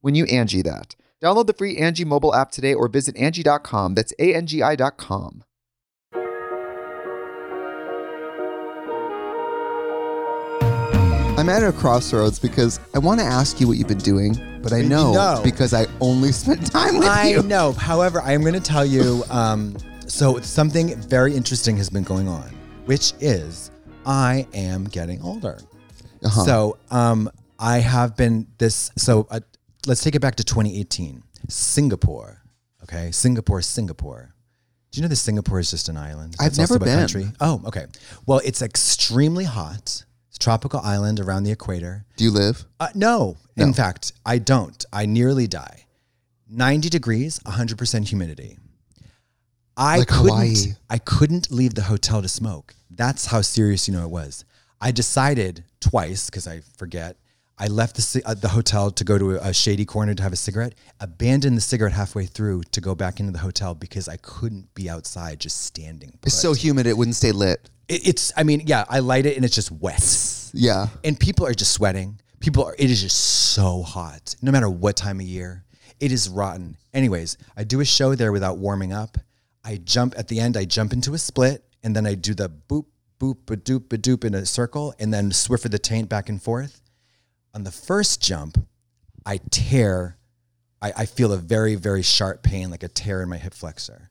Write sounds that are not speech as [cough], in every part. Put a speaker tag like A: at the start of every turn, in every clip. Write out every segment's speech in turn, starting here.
A: when you Angie that. Download the free Angie mobile app today or visit Angie.com. That's A-N-G-I dot com. I'm at a crossroads because I want to ask you what you've been doing, but I
B: You
A: know,
B: know.
A: because I only [laughs] spent time with
B: I
A: you.
B: know. However, I am going to tell you. Um, so something very interesting has been going on, which is I am getting older.
A: Uh-huh.
B: So um, I have been this. So uh, let's take it back to 2018, Singapore. Okay, Singapore, Singapore. Do you know that Singapore is just an island?
A: I've
B: It's also
A: never
B: a
A: been.
B: Country? Oh, okay. Well, it's extremely hot. It's a tropical island around the equator.
A: Do you live?
B: Uh, no. In fact, I don't. I nearly die. 90 degrees, 100% humidity. I
A: Like
B: couldn't
A: Hawaii.
B: I couldn't leave the hotel to smoke. That's how serious you know it was. I decided twice cuz I forget. I left the ci- uh, the hotel to go to a, a shady corner to have a cigarette, abandoned the cigarette halfway through to go back into the hotel because I couldn't be outside just standing.
A: It's so humid it wouldn't stay lit.
B: It- it's I mean, yeah, I light it and it's just wet
A: Yeah.
B: and people are just sweating. People are, it is just so hot, no matter what time of year. It is rotten. Anyways, I do a show there without warming up. I jump at the end, I jump into a split, and then I do the boop, boop, a doop, a doop in a circle, and then swiffer the taint back and forth. On the first jump, I tear, I, I feel a very, very sharp pain, like a tear in my hip flexor,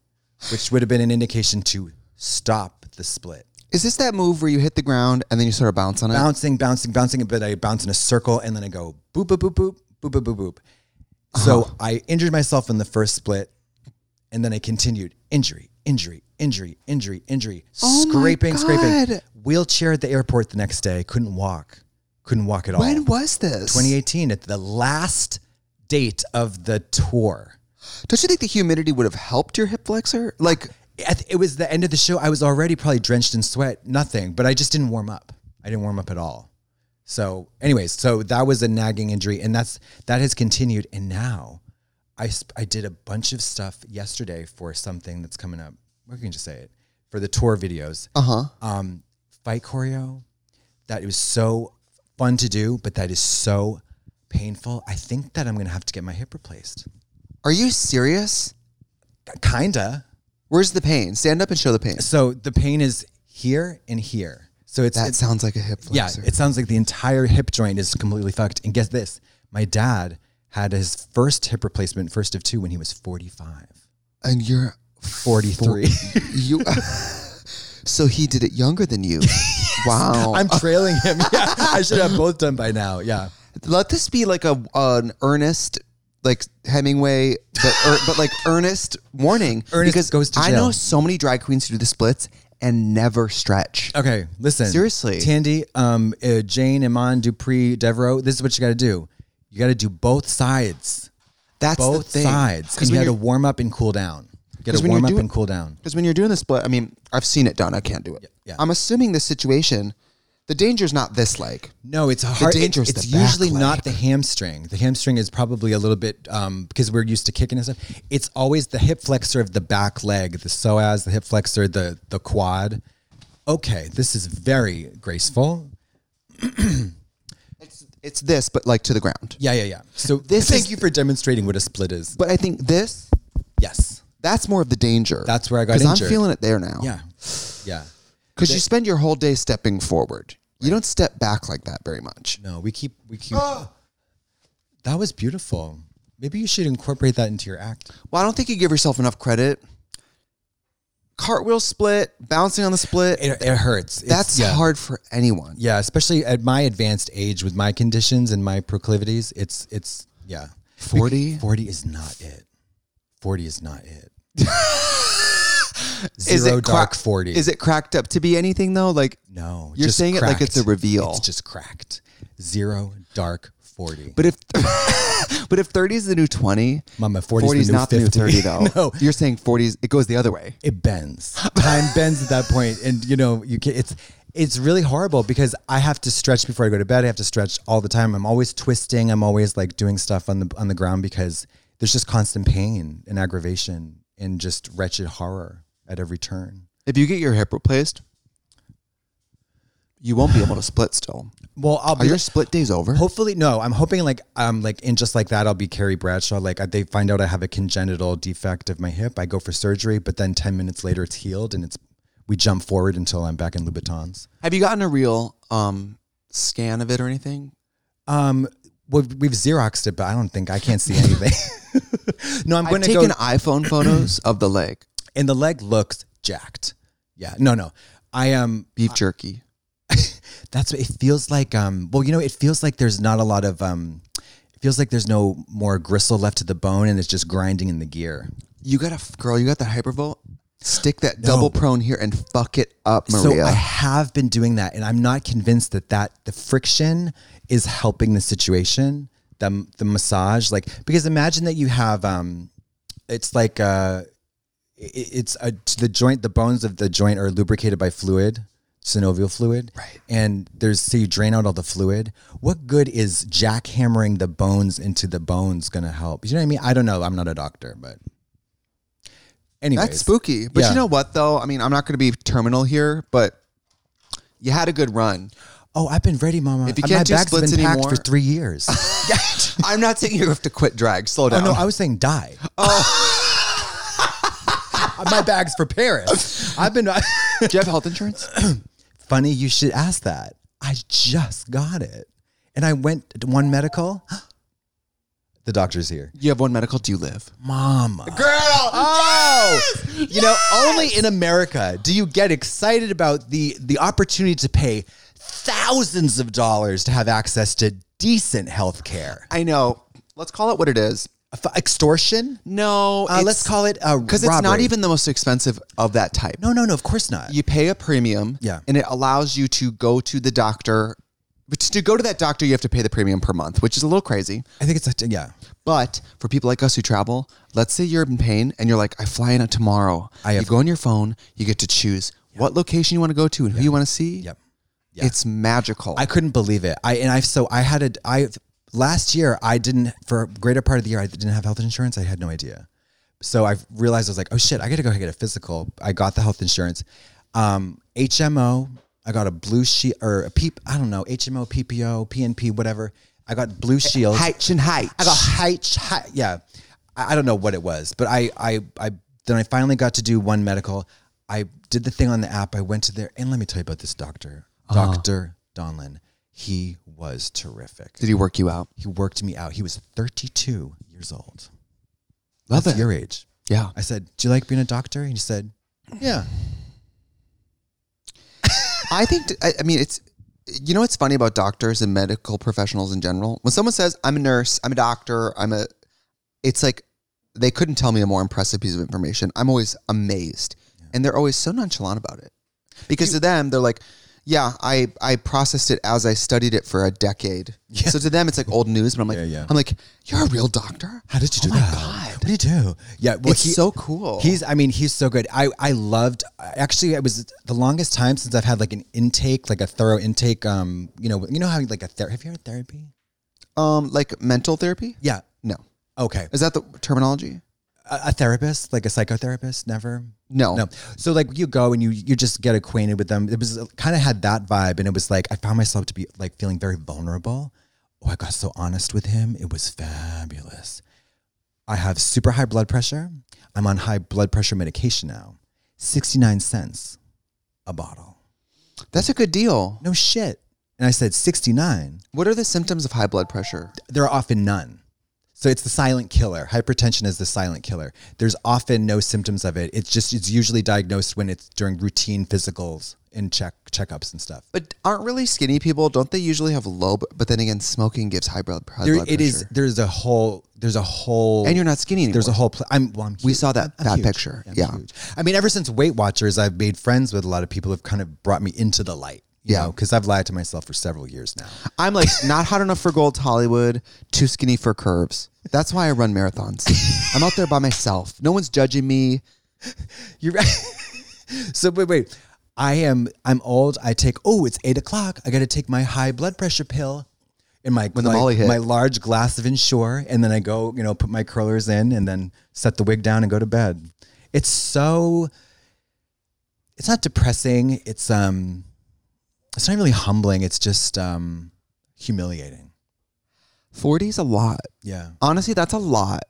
B: which would have been an indication to stop the split.
C: Is this that move where you hit the ground and then you sort of bounce on it?
B: bouncing, bouncing, bouncing, but I bounce in a circle and then I go boop, boop, boop, boop, boop, boop, boop, boop. So
C: Uh-huh.
B: I injured myself in the first split and then I continued injury, injury, injury, injury, injury,
C: Oh my
B: scraping, scraping.
C: God.
B: Wheelchair at the airport the next day. Couldn't walk. Couldn't walk at all.
C: When was this?
B: 2018 at the last date of the tour.
C: Don't you think the humidity would have helped your hip flexor? Like,
B: At- It was the end of the show. I was already probably drenched in sweat, nothing, but I just didn't warm up. I didn't warm up at all. So, anyways, so that was a nagging injury, and that's that has continued. And now, I sp- I did a bunch of stuff yesterday for something that's coming up. We can just say it for the tour videos.
C: uh huh.
B: Um, fight choreo, that it was so fun to do, but that is so painful. I think that I'm gonna have to get my hip replaced.
C: Are you serious?
B: Kinda.
C: Where's the pain? Stand up and show the pain.
B: So the pain is here and here. So it's
C: That
B: it's-
C: sounds like a hip
B: yeah.
C: flexor.
B: It sounds like the entire hip joint is completely fucked. And guess this: my dad had his first hip replacement, first of two, when he was 45,
C: and you're [laughs]
B: 43.
C: you. [laughs] so he did it younger than
B: [laughs]
C: you. wow.
B: [laughs] I'm trailing him. Yeah, I should have both done by now. Yeah.
C: Let this be like a an earnest, like Hemingway, but er, but
B: [laughs]
C: like earnest warning.
B: Earnest
C: because
B: goes to
C: I
B: jail.
C: know so many drag queens who do the splits and never stretch.
B: Okay. Listen.
C: Seriously.
B: Tandy, um, uh, Jane, Iman, Dupree, Devereaux. This is what you got to do. You got to do both sides.
C: That's
B: both
C: the thing.
B: sides. And
C: when
B: you got to
C: you're-
B: warm up and cool down. You got
C: 'Cause
B: to
C: when you're
B: warm up
C: doing-
B: and cool down.
C: Because when you're doing the split, I mean, I've seen it done. I can't do it.
B: yeah.
C: I'm assuming the situation
A: The danger's not this leg.
B: No, it's a hard. it-
A: danger's
B: it's
A: the back
B: usually not
A: leg.
B: the hamstring. The hamstring is probably a little bit um, because we're used to kicking and stuff. It's always the hip flexor of the back leg, the psoas, the hip flexor, the the quad. Okay, this is very graceful.
A: It's it's this, but like to the ground.
B: Yeah, yeah, yeah. So
A: This
B: thank
A: is-
B: you for demonstrating what a split is.
A: But I think this
B: Yes,
A: that's more of the danger.
B: That's where I got
A: Because I'm
B: injured.
A: feeling it there now.
B: yeah, yeah.
A: Because you spend your whole day stepping forward. You don't step back like that very much.
B: No, we keep we keep.
A: Ah!
B: That was beautiful. Maybe you should incorporate that into your act.
A: Well, I don't think you give yourself enough credit. Cartwheel split, bouncing on the split.
B: It, it hurts. It's-
A: that's
B: yeah.
A: hard for anyone.
B: Yeah, especially at my advanced age with my conditions and my proclivities, it's it's yeah.
A: 40?
B: 40 is not it. 40 is not
A: [laughs]
B: it.
A: Is
B: Zero
A: it
B: dark
A: crack-
B: 40.
A: Is it cracked up to be anything though? Like
B: No.
A: You're
B: just
A: saying it like it's a
B: cracked.
A: reveal.
B: It's just cracked. Zero dark 40.
A: But if [laughs] but if 30 is the new 20,
B: Mama 40
A: 40
B: is
A: is
B: the new
A: not the new
B: 50.
A: 30
B: [laughs]
A: though.
B: no.
A: You're saying 40s it goes the other way.
B: it bends. Time bends at that point, and you know you can. It's it's really horrible because I have to stretch before I go to bed. I have to stretch all the time. I'm always twisting. I'm always like doing stuff on the on the ground because there's just constant pain and aggravation and just wretched horror at every turn.
A: If you get your hip replaced, you won't be able to split still.
B: Well, I'll
A: Are
B: be.
A: your split days over?
B: Hopefully, no. I'm hoping like um like in just like that, I'll be Carrie Bradshaw. Like I- they find out I have a congenital defect of my hip, I go for surgery, but then ten minutes later it's healed, and it's we jump forward until I'm back in Louboutins.
A: Have you gotten a real um scan of it or anything?
B: Um, well, we've xeroxed it, but I don't think I can't see anything. [laughs] no, I'm
A: I've
B: going to go.
A: taken iPhone photos of the leg.
B: and the leg looks jacked. Yeah, no, no. I um,
A: Beef jerky.
B: that's what it feels like. Um, well, you know, it feels like there's not a lot of um, it feels like there's no more gristle left to the bone, and it's just grinding in the gear.
A: You got a girl, you got that hypervolt? Stick that double prone here and fuck it up, Maria.
B: So I have been doing that, and I'm not convinced that that the friction is helping the situation. The the massage, like because imagine that you have um, it's like uh, i- it's a, the joint, the bones of the joint are lubricated by fluid, synovial fluid, right? And there's so you drain out all the fluid. What good is jackhammering the bones into the bones gonna help? You know what I mean? I don't know. I'm not a doctor, but. Anyways,
A: That's spooky. But
B: Yeah.
A: you know what though? I mean, I'm not going to be terminal here, but you had a good
B: [laughs]
A: run.
B: Oh, I've been ready, Mama.
A: If you
B: Uh,
A: can't do
B: my bag's
A: splits
B: been packed
A: anymore-
B: for three years.
A: [laughs] I'm not saying you have to quit drag. Slow
B: oh
A: down.
B: no, I was
A: [laughs]
B: saying die. Oh, my bag's for Paris. I've been. [laughs]
A: Do you have health insurance?
B: Funny, you should ask that. I just got it, and I went to one medical. [gasps] the doctor's here,
A: you have one medical. Do you live?
B: Mama.
A: Girl,
B: Oh, you know, only in America do you get excited about the the opportunity to pay thousands of dollars to have access to decent health care.
A: I know. Let's call it what it is.
B: Extortion?
A: No,
B: Uh, let's call it a
A: because it's not
B: robbery.
A: even the most expensive of that type.
B: No, no, no. Of course not.
A: You pay a premium,
B: Yeah.
A: and it allows you to go to the doctor. But to go to that doctor, you have to pay the premium per month, which is a little crazy.
B: I think it's a, yeah.
A: But for people like us who travel, let's say you're in pain and you're like, I fly in tomorrow.
B: I have-
A: you go on your phone, you get to choose what location you want to go to and who you want to see.
B: Yep. Yeah.
A: It's magical.
B: I couldn't believe it. I and I so I had a I last year I didn't for a greater part of the year I didn't have health insurance. I had no idea. So I realized I was like, oh shit, I got to go get a physical. I got the health insurance. Um, HMO. I got a blue sheet or a peep. I don't know HMO, PPO, PNP, whatever. I got blue shield.
A: heights and heights.
B: I got height, height yeah. I, I don't know what it was, but I, I, I, then I finally got to do one medical. I did the thing on the app. I went to there, and let me tell you about this doctor,
A: Uh-huh.
B: Doctor Donlin. He was terrific.
A: Did he work you out?
B: He worked me out. He was 32 years old.
A: Love
B: That's
A: it.
B: your age.
A: Yeah.
B: I said, "Do you like being a doctor?" And he said, "Yeah."
A: I think, I, I mean, it's, you know what's funny about doctors and medical professionals in general? When someone says, I'm a nurse, I'm a doctor, I'm a, it's like they couldn't tell me a more impressive piece of information. I'm always amazed. And they're always so nonchalant about it. Because to them, they're like, Yeah, I, I processed it as I studied it for a decade. So to them, it's like old news, but I'm like,
B: Yeah, yeah.
A: I'm like, you're a real doctor?
B: How did you do
A: oh
B: that?
A: My God.
B: What did you do? Yeah, well,
A: It's so cool.
B: He's, I mean, he's so good. I, I loved. Actually, it was the longest time since I've had like an intake, like a thorough intake. Um, you know, you know how like a ther- have you heard of therapy?
A: Um, like mental therapy?
B: Yeah.
A: No.
B: Okay.
A: Is that the terminology?
B: A, a therapist, like a psychotherapist, never.
A: No.
B: No. So like you go and you you just get acquainted with them. It was kind of had that vibe, and it was like I found myself to be like feeling very vulnerable. Oh, I got so honest with him. It was fabulous. I have super high blood pressure. I'm on high blood pressure medication now. Sixty nine cents a bottle.
A: That's a good deal.
B: No shit. And I said sixty nine.
A: What are the symptoms of high blood pressure?
B: There are often none. So it's the silent killer. Hypertension is the silent killer. There's often no symptoms of it. It's just it's usually diagnosed when it's during routine physicals and check checkups and stuff.
A: But aren't really skinny people? Don't they usually have low? bl- But then again, smoking gives high blood, high
B: There,
A: blood
B: it
A: pressure.
B: is. There's a whole. There's a whole.
A: and you're not skinny anymore.
B: There's a whole. Pl- I'm. Well, I'm
A: We
B: huge.
A: saw that-
B: I'm- I'm
A: that
B: huge.
A: picture.
B: I'm
A: Yeah.
B: huge. I mean, ever since Weight Watchers, I've made friends with a lot of people who've kind of brought me into the light. You
A: Yeah.
B: Because I've lied to myself for several years now.
A: I'm like not hot enough for Gold Hollywood, too skinny for curves. That's why I run marathons. I'm out there by myself. No one's judging me.
B: You're right. [laughs] so wait, wait. I am. I'm old. I take. Oh, it's eight o'clock. I got to take my high blood pressure pill, and my
A: the
B: my,
A: Molly hit.
B: my large glass of Ensure, and then I go. You know, put my curlers in, and then set the wig down and go to bed. It's so. It's not depressing. It's um. It's not really humbling. It's just um, humiliating.
A: 40's a lot.
B: Yeah.
A: Honestly, that's a lot.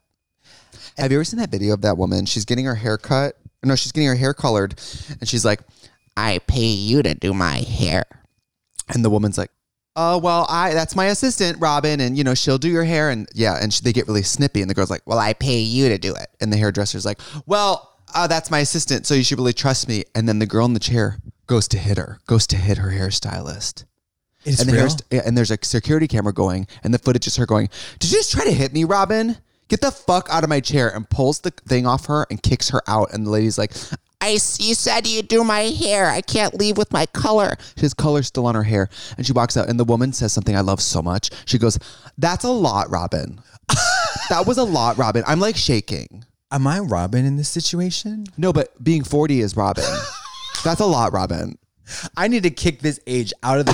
A: Have you ever seen that video of that woman? She's getting her hair cut. No, she's getting her hair colored, and she's like,
D: I pay you to do my hair.
A: and the woman's like, "Oh well, I that's my assistant, Robin, and you know she'll do your hair." And yeah, and she, they get really snippy, and the girl's like, "Well, I pay you to do it," and the hairdresser's like, "Well, uh, that's my assistant, so you should really trust me." And then the girl in the chair goes to hit her, goes to hit her hairstylist.
B: It's
A: and the
B: real.
A: hairst- yeah, and there's a security camera going, and the footage is her going, "Did you just try to hit me, Robin? Get the fuck out of my chair!" And pulls the thing off her and kicks her out. And the lady's like,
D: I s- you said you do my hair. I can't leave with my color.
A: She has color still on her hair, and she walks out. And the woman says something I love so much. She goes, "That's a lot, Robin. [laughs] that was a lot, Robin. I'm like shaking.
B: Am I Robin in this situation?
A: No, but being 40 is
B: [laughs]
A: Robin. That's a lot, Robin.
B: I need to kick this age out of the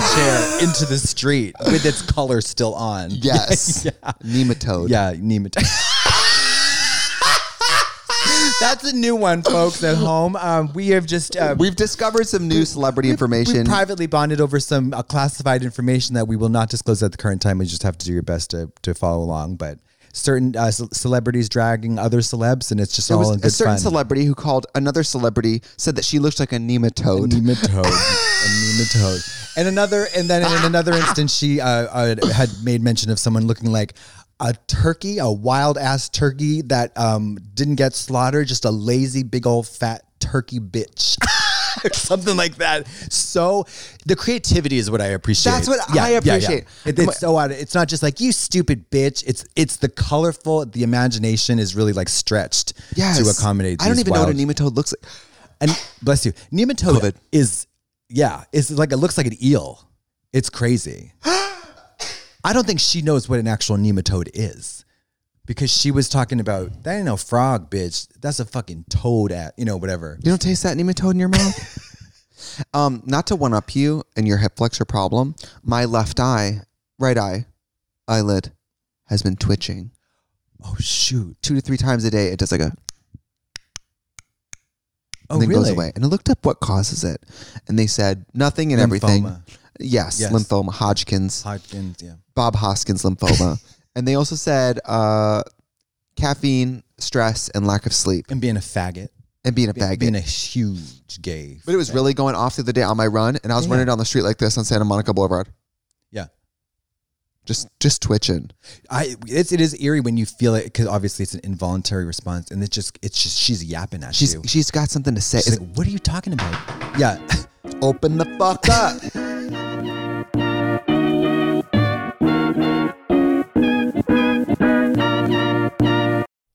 A: [laughs]
B: chair into the street with its color still on. [laughs]
A: Yes, nematode.
B: Yeah, nematode. [laughs] That's a new one, folks at home. Um, we have just uh,
A: We've discovered some new celebrity
B: we
A: information.
B: privately bonded over some uh, classified information that we will not disclose at the current time. We just have to do your best to, to follow along. But certain uh, ce- celebrities dragging other celebs, and it's just
A: there
B: all
A: was
B: in
A: a
B: good
A: certain
B: fun.
A: celebrity who called another celebrity said that she looked like a nematode.
B: nematode, a nematode, and another, and then in another instance, she uh, uh, had made mention of someone looking like a turkey, a wild ass turkey that um, didn't get slaughtered, just a lazy big old fat turkey bitch. [laughs] Or Something like that. So, the creativity is what I appreciate.
A: That's what I appreciate.
B: It- it's so out. It's not just like you stupid bitch. It's it's the colorful. The imagination is really like stretched
A: Yes.
B: to accommodate.
A: I don't
B: these
A: even know what a
B: wild-
A: nematode looks like.
B: and bless you, nematode
A: COVID.
B: is yeah, it's like it looks like an eel. It's crazy. [gasps] I don't think she knows what an actual nematode is because she was talking about that ain't no frog, bitch. That's a fucking toad at you know whatever.
A: You don't taste that nematode in your
B: [laughs]
A: mouth? um, not to one up you and your hip flexor problem, my left eye, right eye, eyelid has been twitching
B: Oh shoot!
A: two to three times a day. It does like a
B: Oh
A: and then
B: really?
A: goes away. And I looked up what causes it, and they said nothing and everything.
B: Lymphoma.
A: Yes,
B: Yes.
A: lymphoma, Hodgkin's,
B: Hodgkin's, yeah.
A: Bob Hoskins lymphoma, and they also said uh, caffeine, stress, and lack of sleep,
B: And being a faggot,
A: and being a
B: Being-
A: faggot.
B: being a huge gay.
A: but it was
B: fag-
A: really going off the other day on my run, and I was
B: Yeah.
A: running down the street like this on Santa Monica Boulevard.
B: yeah.
A: just just twitching.
B: I it's, it is eerie when you feel it because obviously it's an involuntary response and it's just it's just she's yapping at
A: She's
B: you.
A: she's got something to say.
B: She's
A: It's
B: like, what are you talking about? Yeah. [laughs]
A: like, open the fuck up.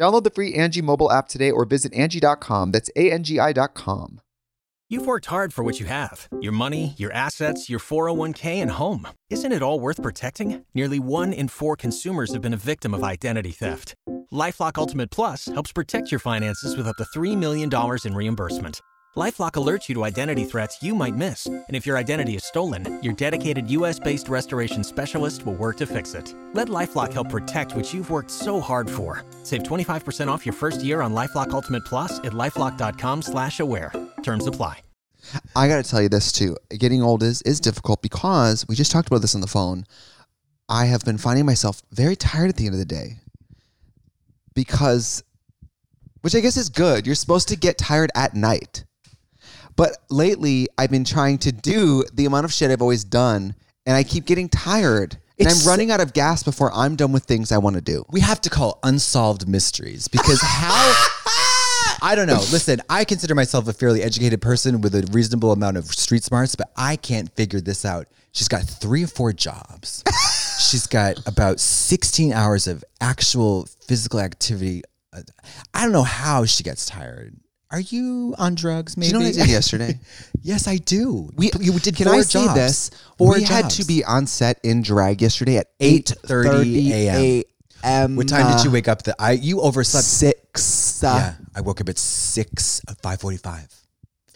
E: Download the free Angie mobile app today or visit Angie.com. That's A-N-G-I dot com.
F: You've worked hard for what you have your money, your assets, your 401k, and home. Isn't it all worth protecting? Nearly one in four consumers have been a victim of identity theft. Lifelock Ultimate Plus helps protect your finances with up to $3 million in reimbursement. Lifelock alerts you to identity threats you might miss. And if your identity is stolen, your dedicated US based restoration specialist will work to fix it. Let Lifelock help protect what you've worked so hard for. Save 25% off your first year on Lifelock Ultimate Plus at lifelock.com slash aware. Terms apply.
A: I got to tell you this too. Getting old is is difficult because we just talked about this on the phone. I have been finding myself very tired at the end of the day because which I guess is good. You're supposed to get tired at night. But lately I've been trying to do the amount of shit I've always done and I keep getting tired. and
B: It's-
A: I'm running out of gas before I'm done with things I want to do.
B: we have to call unsolved mysteries because [laughs] how I don't know. Listen, I consider myself a fairly educated person with a reasonable amount of street smarts, but I can't figure this out. She's got three or four [laughs] jobs. She's got about 16 hours of actual physical activity. Uh, I don't know how she gets tired. Are you on drugs,
A: Do
B: maybe?
A: you know what I did yesterday?
B: [laughs] yes, I do.
A: We
B: you did
A: Can
B: four
A: I
B: jobs.
A: say this?
B: Four
A: we had
B: jobs.
A: to be on set in drag yesterday at
B: 8:30
A: 8:30
B: a.m..
A: a.m.
B: What time did you wake up? The, I you overslept.
A: Six. uh,
B: yeah, I woke up at six five forty five,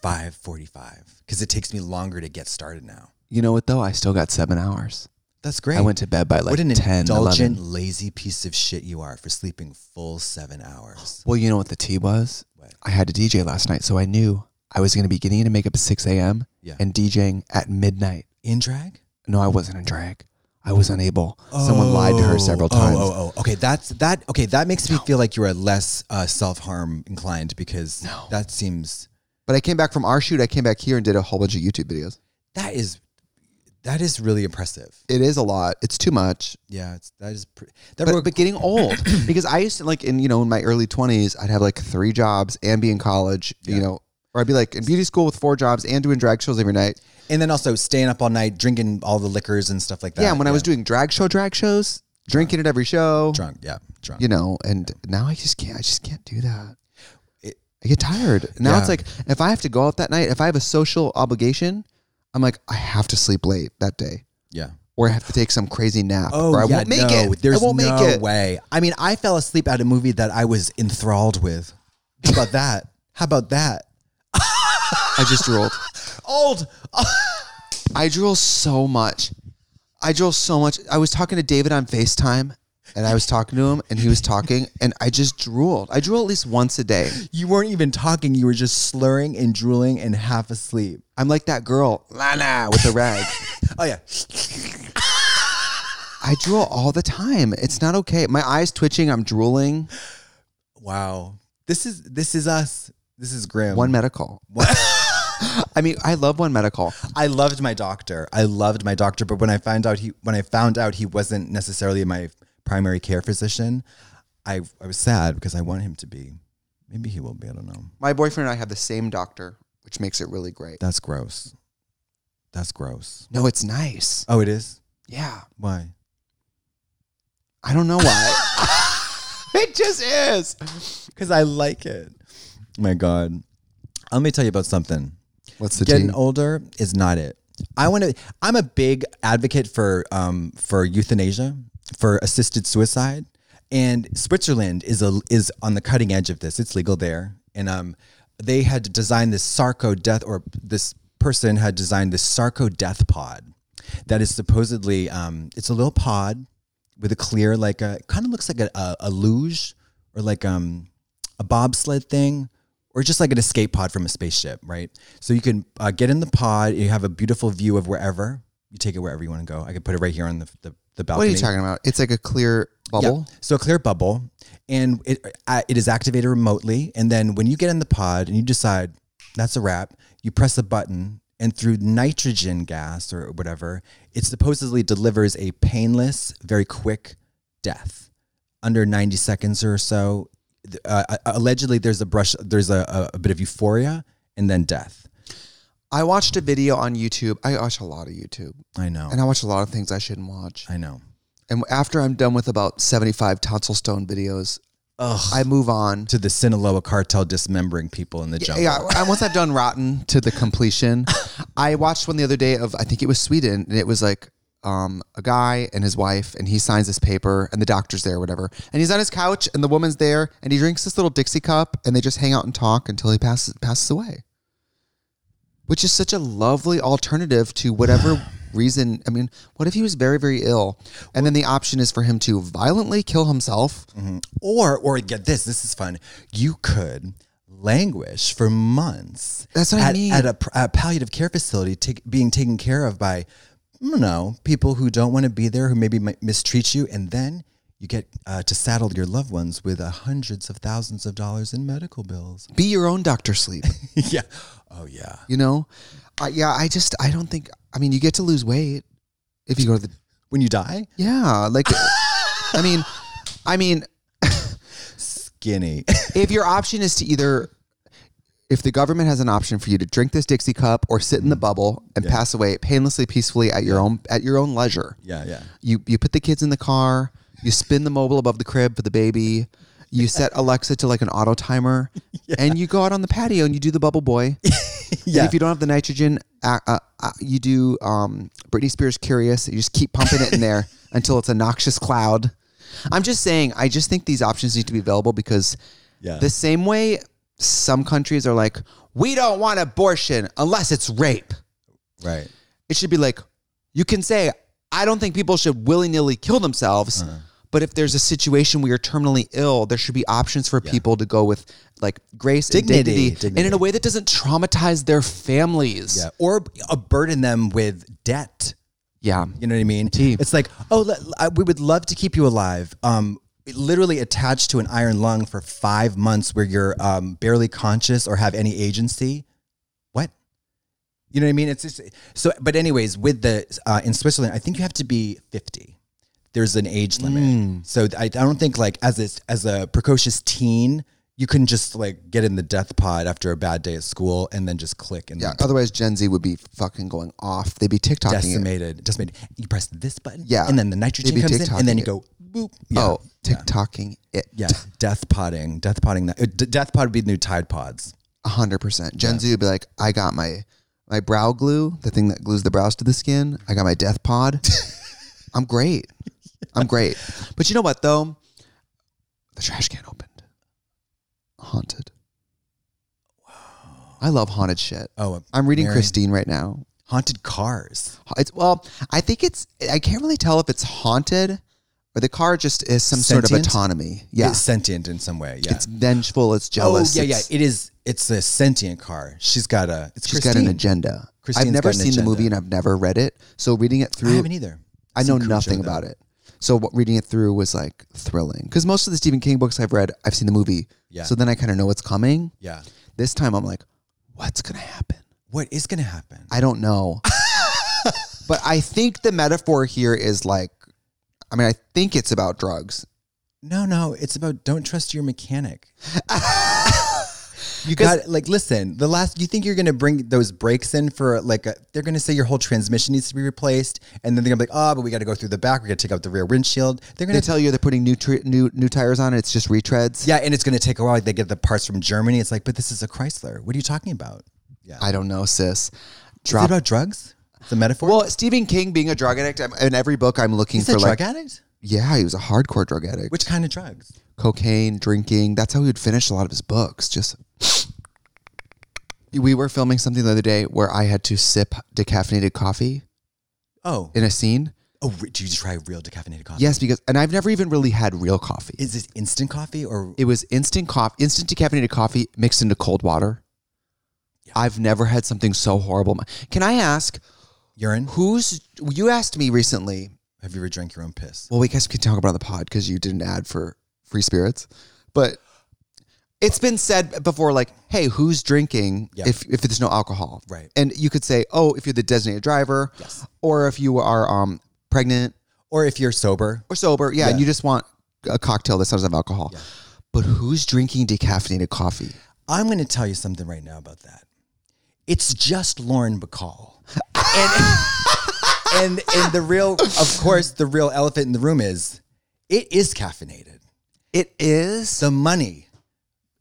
B: five forty five, because it takes me longer to get started now.
A: You know what though? I still got seven hours.
B: That's great.
A: I went to bed by like
B: what an
A: 10,
B: indulgent,
A: 11.
B: lazy piece of shit you are for sleeping full seven hours.
A: Well, you know what the tea was?
B: What?
A: I had to DJ last night, so I knew I was going to be getting into makeup at 6 a.m.
B: Yeah.
A: and DJing at midnight.
B: In drag?
A: No, I wasn't in drag. I was unable. Someone lied to her several
B: Oh,
A: times.
B: Oh, oh, okay. That's that. Okay, that makes me feel like you are less uh, self harm inclined because that seems
A: But I came back from our shoot. I came back here and did a whole bunch of YouTube videos.
B: that is that is really impressive.
A: It is a lot. It's too much.
B: Yeah, it's, that is pre- that
A: but,
B: work-
A: but getting
B: [clears throat]
A: old because I used to like in you know in my early twenties I'd have like three jobs and be in college
B: Yeah.
A: you know or I'd be like in beauty school with four jobs and doing drag shows every night.
B: and then also staying up all night drinking all the liquors and stuff like that.
A: yeah, and when I was doing drag show drag shows, drinking at every show,
B: drunk, yeah, drunk.
A: you know, and now I just can't I just can't do that. I get tired now. It's
B: Yeah.
A: like if I have to go out that night, if I have a social obligation, I'm like I have to sleep late that day.
B: yeah.
A: Or I have to take some crazy nap,
B: Oh,
A: or I
B: yeah,
A: won't make
B: no,
A: it.
B: There's
A: I won't
B: no
A: make it.
B: way. I mean, I fell asleep at a movie that I was enthralled with. How about that? How about that?
A: I just rolled.
B: Old.
A: I drool so much. I drool so much. I was talking to David on FaceTime and I was talking to him and he was
E: [laughs]
A: talking and I just drooled. I drool at least once a day.
B: You weren't even talking. You were just slurring and drooling and half asleep.
A: I'm like that girl, Lana, with a rag.
B: Oh yeah.
A: I drool all the time. It's not okay. My eyes twitching, I'm drooling.
B: Wow. This is this is us. This is grim.
A: One [laughs] medical. I mean, I love one medical.
B: I loved my doctor. I loved my doctor, but when I found out he when I found out he wasn't necessarily my primary care physician, I I was sad because I want him to be. Maybe he will be. I don't know.
A: My boyfriend and I have the same doctor, which makes it really great.
B: That's gross. That's gross.
A: No, it's nice.
B: Oh, it is?
A: Yeah.
B: Why?
A: I don't
E: [laughs]
A: know why. it just is.
B: Because I like it. My God. Let me tell you about something.
E: What's the
B: Getting
E: tea?
B: older is not it. I want to. I'm a big advocate for um for euthanasia, for assisted suicide, and Switzerland is a is on the cutting edge of this. It's legal there, and um they had designed this sarco death or this person had designed this sarco death pod that is supposedly um it's a little pod with a clear like a kind of looks like a, a, a luge or like um a bobsled thing or just like an escape pod from a spaceship right so you can uh, get in the pod you have a beautiful view of wherever you take it wherever you want to go i could put it right here on the the, the
A: What
B: balcony
A: are you talking about? It's like a clear bubble.
B: yeah. So a clear bubble, and it uh, it is activated remotely. And then when you get in the pod and you decide that's a wrap, you press a button, and through nitrogen gas or whatever, it supposedly delivers a painless, very quick death under ninety seconds or so. Th- Uh, allegedly, there's a brush, there's a, a, a bit of euphoria, and then death.
A: I watched a video on YouTube. I watch a lot of YouTube.
B: I know.
A: And I watch a lot of things I shouldn't watch.
B: I know.
A: And after I'm done with about 75 tonsil stone videos,
B: Ugh.
A: I move on.
B: to the Sinaloa cartel dismembering people in the jungle.
A: Yeah, I- once I've done Rotten to the completion, I watched one the other day of I think it was Sweden, and it was like um, a guy and his wife, and he signs this paper, and the doctor's there, or whatever, and he's on his couch, and the woman's there, and he drinks this little Dixie cup, and they just hang out and talk until he passes passes away, which is such a lovely alternative to whatever. Reason, I mean, what if he was very, very ill, and then the option is for him to violently kill himself?
B: Or, or get this, this is fun. You could languish for months.
A: That's what I
B: at,
A: mean.
B: At a, pr- a palliative care facility, ta- being taken care of by, you know, people who don't want to be there, who maybe might mistreat you, and then you get uh, to saddle your loved ones with uh, hundreds of thousands of dollars in
A: [laughs]
B: medical bills.
A: Be your own Doctor Sleep.
B: yeah. Oh yeah.
A: you know I yeah i just i don't think i mean you get to lose weight if you go to the
B: When you die,
A: yeah like i mean i mean
B: skinny.
A: if your option is to either if the government has an option for you to drink this dixie cup or sit in the bubble and pass away painlessly peacefully at your own at your own leisure
B: [laughs] yeah, yeah.
A: you you put the kids in the car you spin the mobile above the crib for the baby you set alexa to like an auto timer and you go out on the patio and you do the bubble boy
B: Yeah.
A: And if you don't have the nitrogen, uh, uh, uh, you do um, Britney Spears Curious. You just keep pumping it in
B: [laughs]
A: there until it's a noxious cloud. I'm just saying, I just think these options need to be available because
B: Yeah.
A: the same way some countries are like, we don't want abortion unless it's rape.
B: right.
A: It should be like, you can say, I don't think people should willy nilly kill themselves.
B: Uh-huh.
A: But if there's a situation where you're terminally ill, there should be options for people to go with like grace
B: Dignity,
A: and dignity, and in
B: dignity.
A: a way that doesn't traumatize their families.
B: Yeah. Or uh, burden them with debt.
A: Yeah.
B: You know what I mean?
A: Tea.
B: It's like, oh, le- I- we would love to keep you alive. Um, literally attached to an iron lung for five months, where you're um, barely conscious or have any agency. What? You know what I mean? It's just so. But anyways, with the uh, in Switzerland, I think you have to be fifty. There's an age limit, so I, I don't think like as a, as a precocious teen. You couldn't just like get in the death pod after a bad day at school and then just click and
A: Yeah. Otherwise, Gen Z would be fucking going off. They'd be TikToking. It.
B: decimated. Decimated. You press this button,
A: Yeah.
B: and then the nitrogen
A: Maybe
B: comes in, and
A: TikToking
B: then you go boop.
A: Oh, TikToking it. [laughs]
B: yeah. Death potting, death potting. That uh, d- death pod would be the new Tide pods.
A: A hundred percent. Gen Z would be like, I got my my brow glue, the thing that glues the brows to the skin. I got my death
B: [laughs]
A: pod. I'm great. I'm great. But you know what though? The trash can opened. Haunted. I love haunted shit.
B: Oh,
A: I'm reading
B: Mary.
A: Christine right now.
B: haunted cars.
A: It's well, I think it's. I can't really tell if it's haunted or the car just is some sort of
B: Sentient?
A: autonomy. Yeah,
B: It's sentient in some way. Yeah.
A: It's vengeful. It's jealous.
B: Oh yeah, yeah.
A: it's-
B: It is. It's a sentient car. She's got a. It's
A: she's got
B: Christine.
A: an agenda.
B: Christine's
A: I've never
B: got an
A: seen the movie and
B: agenda.
A: I've never read it. So reading it
B: I
A: through,
B: haven't either.
A: I, know nothing about it. So what, reading it through was like thrilling because most of the Stephen King books I've read, I've seen the movie.
B: Yeah.
A: So then I kind of know what's coming.
B: Yeah.
A: This time I'm like, what's gonna happen?
B: What is gonna happen?
A: I don't
B: [laughs]
A: know. but I think the metaphor here is like, I mean, I think it's about drugs. [laughs]
B: no, no. It's about don't trust your mechanic. You got like listen. The last you think you're gonna bring those breaks in for like a, they're gonna say your whole transmission needs to be replaced, and then they're gonna be like, oh, but we got to go through the back. We got to take out the rear windshield. They're gonna
A: They tell you they're putting new tri- new new tires on it. It's just retreads.
B: yeah, and it's gonna take a while. They get the parts from Germany. It's like, but this is a Chrysler. What are you talking about? Yeah,
A: I don't know, sis.
B: is it
A: Drop.
B: about drugs? It's a metaphor.
A: Well, Stephen King being a drug addict. I'm, in every book, I'm looking
B: he's
A: for
B: a
A: like.
B: drug addict.
A: Yeah, he was a hardcore drug addict.
B: Which kind of drugs?
A: cocaine, drinking. That's how he would finish a lot of his books. Just we were filming something the other day where I had to sip decaffeinated coffee
B: Oh,
A: in a scene.
B: oh, re- do you try real decaffeinated coffee?
A: Yes, because and I've never even really had real coffee.
B: Is this instant coffee or
A: It was instant coffee, instant decaffeinated coffee mixed into cold water. I've never had something so horrible. Can I ask
B: urine?
A: who's you asked me recently?
B: Have you ever drank your own piss?
A: Well, we guess we can talk about it on the pod because you did an ad for Free Spirits, but it's been said before, like, hey, who's drinking
B: Yeah.
A: if if there's no alcohol,
B: Right.
A: And you could say, oh, if you're the designated driver,
B: Yes.
A: or if you are um pregnant
B: Or if you're sober,
A: or sober, yeah, and
B: Yeah.
A: you just want a cocktail that doesn't have alcohol. But who's drinking decaffeinated coffee?
B: I'm going to tell you something right now about that. It's just Lauren Bacall. [laughs] And, and and the real of course the real elephant in the room is it is caffeinated.
A: It is.
B: The money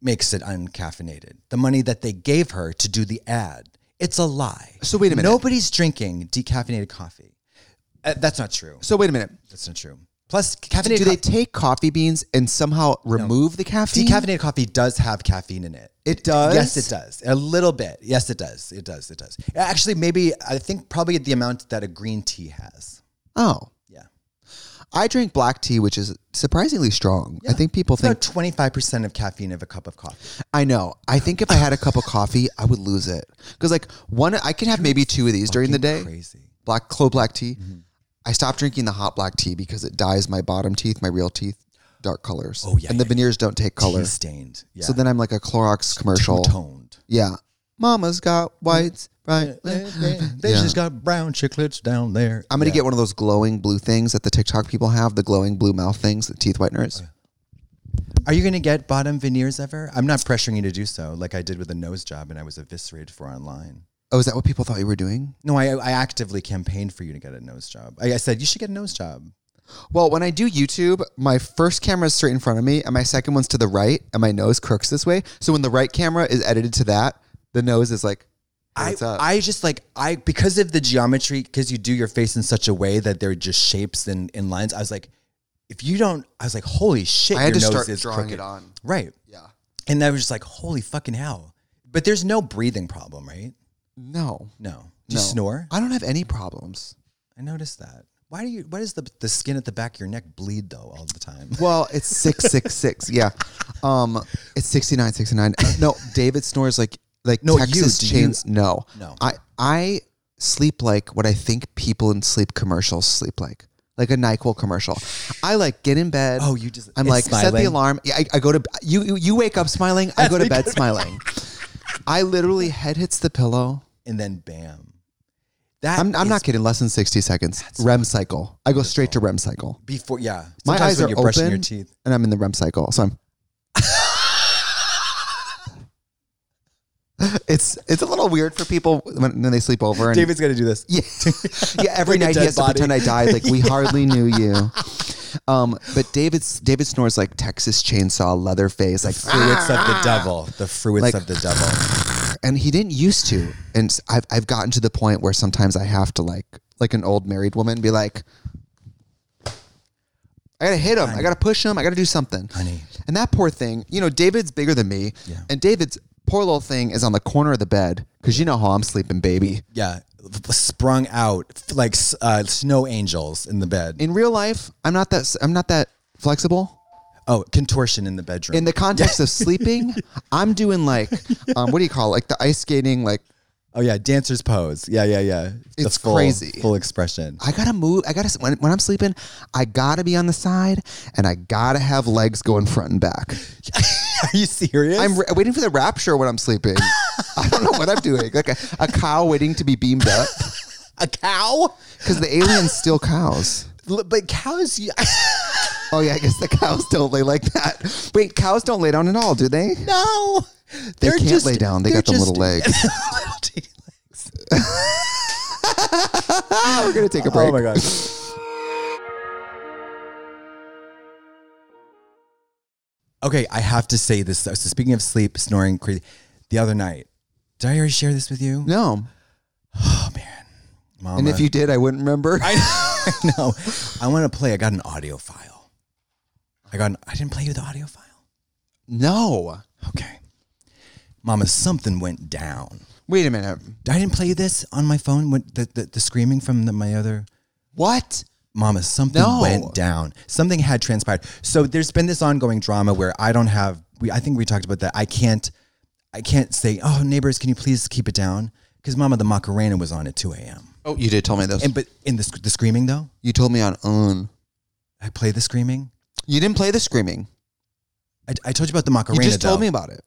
B: makes it uncaffeinated. The money that they gave her to do the ad. It's a lie.
A: So wait a minute.
B: Nobody's drinking decaffeinated coffee. Uh, that's not true.
A: So wait a minute.
B: That's not true. Plus
A: Do
B: caffeinated
A: they
B: co-
A: take coffee beans and somehow remove the caffeine?
B: Decaffeinated coffee does have caffeine in it.
A: It does?
B: Yes, it does. A little bit. Yes, it does. It does. It does. Actually, maybe I think probably the amount that a green tea has.
A: Oh,
B: Yeah.
A: I drink black tea, which is surprisingly strong. I think people
B: It's
A: think
B: about 25% of caffeine of a cup of coffee.
A: I know. I think if I had a cup of coffee, I would lose it. Because like one, I can have maybe two of these during the day.
B: Fucking Crazy. Mm-hmm.
A: Black clove black tea. I stopped drinking the hot black tea because it dyes my bottom teeth, my real teeth, dark colors.
B: Oh, yeah,
A: and the
B: yeah,
A: veneers don't take color.
B: Tea stained. Yeah.
A: So then I'm like a Clorox commercial.
B: toned.
A: Yeah, Mama's got whites,
B: Mm-hmm.
A: right?
B: They, [laughs] they
A: Yeah.
B: just got brown chiclets down there.
A: I'm gonna get one of those glowing blue things that the TikTok people have, the glowing blue mouth things, the teeth whiteners.
B: Oh, Are you going to get bottom veneers ever? I'm not pressuring you to do so, like I did with a nose job and I was eviscerated for online.
A: Oh, is that what people thought you were doing?
B: No, I, I actively campaigned for you to get a nose job. I, I said, you should get a nose job.
A: Well, when I do YouTube, my first camera is straight in front of me, and my second one's to the right, and my nose crooks this way. So when the right camera is edited to that, the nose is like, hey,
B: I,
A: what's up?
B: I just like I because of the geometry because you do your face in such a way that they're just shapes and, and lines. I was like, if you don't, I was like, holy shit,
A: I had
B: your
A: to
B: nose
A: start
B: is
A: drawing
B: crooked.
A: it on.
B: right?
A: Yeah.
B: And I was just like, holy fucking hell! But there's no breathing problem, right?
A: No.
B: No, do
A: no.
B: you snore?
A: I don't have any problems.
B: I noticed that. Why do you? Why does the the skin at the back of your neck bleed though all the time? [laughs]
A: Well, it's 666. yeah. Um, it's 69, 69. No, David snores like, like
B: No, you,
A: Texas
B: do you-
A: chains. No.
B: No.
A: I, I sleep like what I think people in sleep commercials sleep like, like a NyQuil commercial. I like get in bed.
B: Oh, you just
A: I'm
B: it's
A: like set
B: smiling.
A: the alarm. Yeah, I, I go to you, you. You wake up smiling.
B: [laughs]
A: I go to bed smiling. I literally head hits the pillow.
B: and then bam. That
A: I'm, I'm not
B: is
A: kidding. Less than 60 seconds. REM cycle. I go straight to REM cycle.
B: before. Yeah,
A: My
B: Sometimes
A: eyes
B: when
A: are
B: you're brushing your
A: open.
B: teeth.
A: And I'm in the REM cycle, so I'm. [laughs] it's it's a little weird for people when, when they sleep over. And
B: David's gonna do this.
A: [laughs]
B: [laughs]
A: Yeah, yeah. Every
B: Like a
A: night he
B: dead
A: has
B: body.
A: to pretend I died. Like
B: [laughs]
A: we hardly knew you. Um, but David's David snores like Texas chainsaw, Leatherface, like
B: fruits of the devil. The fruits
A: Like-
B: of the devil.
A: and he didn't used to and s- I've, I've gotten to the point where sometimes i have to like like an old married woman be like i gotta hit him i gotta push him i gotta do something
B: Honey.
A: and that poor thing you know david's bigger than me
B: Yeah.
A: and david's poor little thing is on the corner of the bed because you know how i'm sleeping baby
B: Yeah, sprung out like s- uh, snow angels in the bed.
A: in real life i'm not that s- i'm not that flexible
B: oh, contortion in the bedroom.
A: in the context
B: [laughs]
A: of sleeping i'm doing like um, what do you call it like the ice skating like
B: oh yeah, dancer's pose. Yeah, yeah, yeah. The
A: It's
B: full-
A: crazy.
B: Full expression. [laughs]
A: I gotta move. I gotta when, when I'm sleeping, I gotta be on the side, and I gotta have legs going front and back.
B: Are you serious?
A: I'm re- waiting for the rapture when I'm sleeping. I don't know what I'm doing. Like a, a cow waiting to be beamed up
B: a cow.
A: because the aliens steal cows.
B: L- But cows. [laughs] you-
A: Uh, Oh yeah, I guess the cows don't lay like that. Wait, cows don't lay down at all, do they?
B: no. They're
A: can't
B: just-
A: lay down. They
B: they're
A: got them little
B: just-
A: legs.
B: [laughs] little teeny legs.
A: We're gonna take a break.
B: Oh my god. [laughs] okay, I have to say this. though. So speaking of sleep, snoring, crazy. The other night, did I already share this with you?
A: No,
B: Oh man, [laughs] Mama.
A: and if you did, I wouldn't remember.
B: I, I know. I want to play. I got an audio file. I got. An, I didn't play you the audio file.
A: no.
B: Okay, Mama. Something went down.
A: Wait a minute.
B: I didn't play you this on my phone. When the the, the screaming from the, my other
A: What?
B: Mama, something
A: No.
B: went down. Something had transpired. So there's been this ongoing drama where I don't have. We I think we talked about that. I can't. I can't say, oh neighbors, can you please keep it down? Because Mama, the Macarena was on at 2 a.m.
A: Oh, you did tell me this.
B: And but in the sc- the screaming though,
A: you told me on own.
B: I play the screaming.
A: You didn't play the screaming.
B: I, I told you about the Macarena.
A: you just told
B: though.
A: me about it.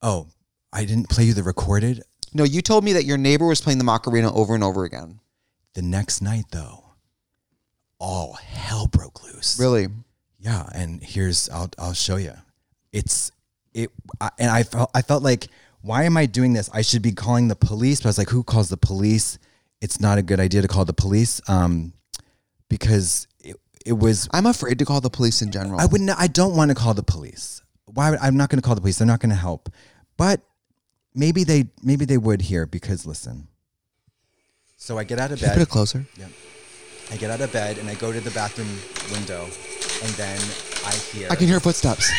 B: Oh, I didn't play you the recorded.
A: No, you told me that your neighbor was playing the Macarena over and over again.
B: The next night though, all hell broke loose.
A: Really?
B: Yeah, and here's I'll I'll show you. It's it I, and I felt I felt like why am I doing this? I should be calling the police, but I was like, who calls the police? It's not a good idea to call the police, um, because it, it was.
A: I'm afraid to call the police in general.
B: I wouldn't. I don't want to call the police. Why? Would, I'm not going to call the police. They're not going to help. But maybe they maybe they would here because listen. So I get out of
A: Can you put
B: bed.
A: it closer.
B: I get out of bed and I go to the bathroom window, and then I hear.
A: I can hear
B: [laughs]
A: footsteps.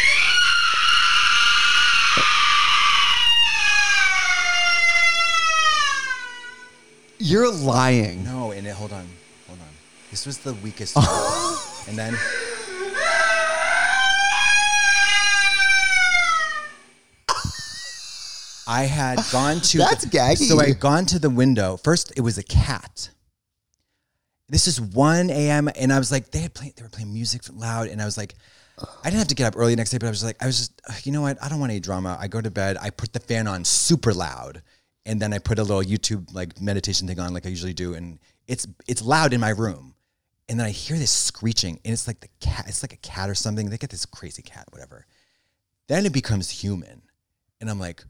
A: You're lying.
B: No, and it, hold on, hold on. This was the weakest. one. and then
A: [laughs]
B: I had gone to
A: That's gaggy.
B: So I had gone to the window. First, it was a cat. This is one a.m. and I was like, they had played, they were playing music loud, and I was like, I didn't have to get up early the next day, but I was like, I was just, "Ugh, you know what? I don't want any drama. I go to bed. I put the fan on super loud, and then I put a little YouTube like meditation thing on, like I usually do, and it's it's loud in my room, and then I hear this screeching, and it's like the cat. It's like a cat or something. They get this crazy cat, whatever. Then it becomes human, and I'm like,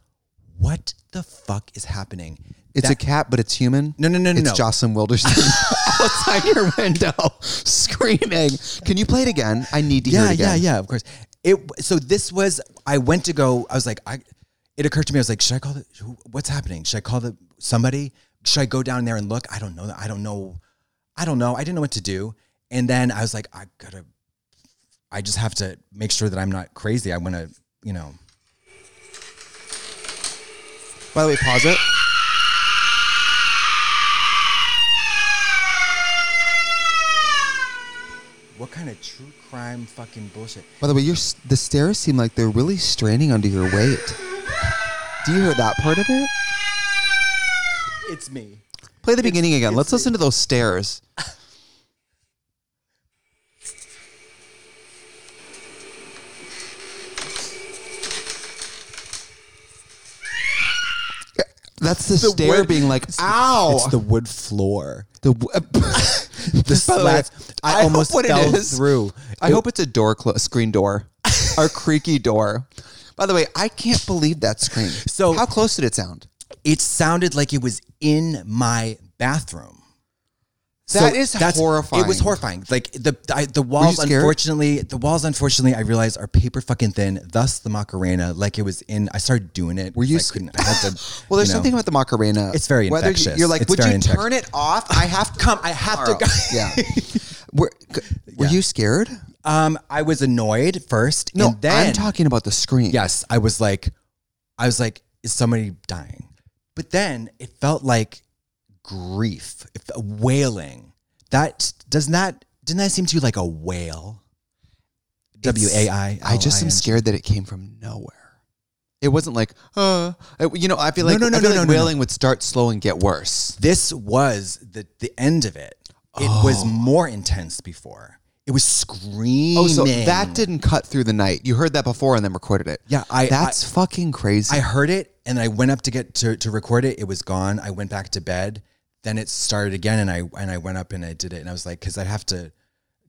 B: what the fuck is happening?
A: It's
B: That-
A: a cat, but it's human.
B: No, no, no, no,
A: It's
B: no.
A: Jocelyn
B: [laughs]
A: Wilderson [laughs] outside your window [laughs] screaming. Can you play it again? I need to hear
B: yeah,
A: it
B: yeah,
A: again.
B: yeah. Of course. It. So this was. I went to go. I was like, I. It occurred to me. I was like, should I call the? who- What's happening? Should I call the somebody? Should I go down there and look? I don't know. I don't know. I don't know. I didn't know what to do. And then I was like, I gotta. I just have to make sure that I'm not crazy. I want to, you know.
A: By the way, pause it.
B: What kind of true crime fucking bullshit?
A: By the way, your s- the stairs seem like they're really straining under your weight. Do you hear that part of it?
B: It's me.
A: Play the beginning again. Let's listen to those stairs. That's the, stair
B: wood-
A: being like, ow.
B: It's the wood floor.
A: the,
B: [laughs]
A: the,
B: The slats. I, almost fell through.
A: I hope it's a door, clo- screen
B: [laughs]
A: door, our creaky door. By the way, I can't believe that scream.
B: So-
A: how close did it sound?
B: it sounded like it was in my bathroom.
A: That is horrifying.
B: It was horrifying. Like the I, the walls,
A: scared?
B: unfortunately, the walls, unfortunately, I realized are paper fucking thin. Thus, the Macarena, like it was in. I started doing it. Were
A: you
B: I
A: sc-
B: couldn't. I had to.
A: [laughs] Well, there's
B: you know.
A: something about the Macarena.
B: It's very
A: Whether you-
B: infectious.
A: You're like,
B: It's
A: would you
B: very infectious.
A: turn it off? I have to come. [laughs]
B: I have to go. [laughs]
A: yeah. Were, c- were you scared?
B: Um, I was annoyed first.
A: No,
B: and then,
A: I'm talking about the scream.
B: yes, I was like, I was like, is somebody dying? But then it felt like grief, it felt- wailing. That does not didn't that seem to you like a wail? W A I.
A: Oh, I just am
B: L Oh, I N G.
A: scared that it came from nowhere. It wasn't like, uh, I- you know, I feel
B: No,
A: like,
B: no, no,
A: I feel
B: no,
A: like
B: no, no,
A: wailing would start slow and get worse.
B: This was the the end of it. It was more intense before. It was screaming.
A: Oh, so that didn't cut through the night. You heard that before and then recorded it.
B: Yeah, I-
A: That's fucking crazy.
B: I heard it and I went up to get to, to record it. It was gone. I went back to bed. Then it started again and I and I went up and I did it and I was like, because I have to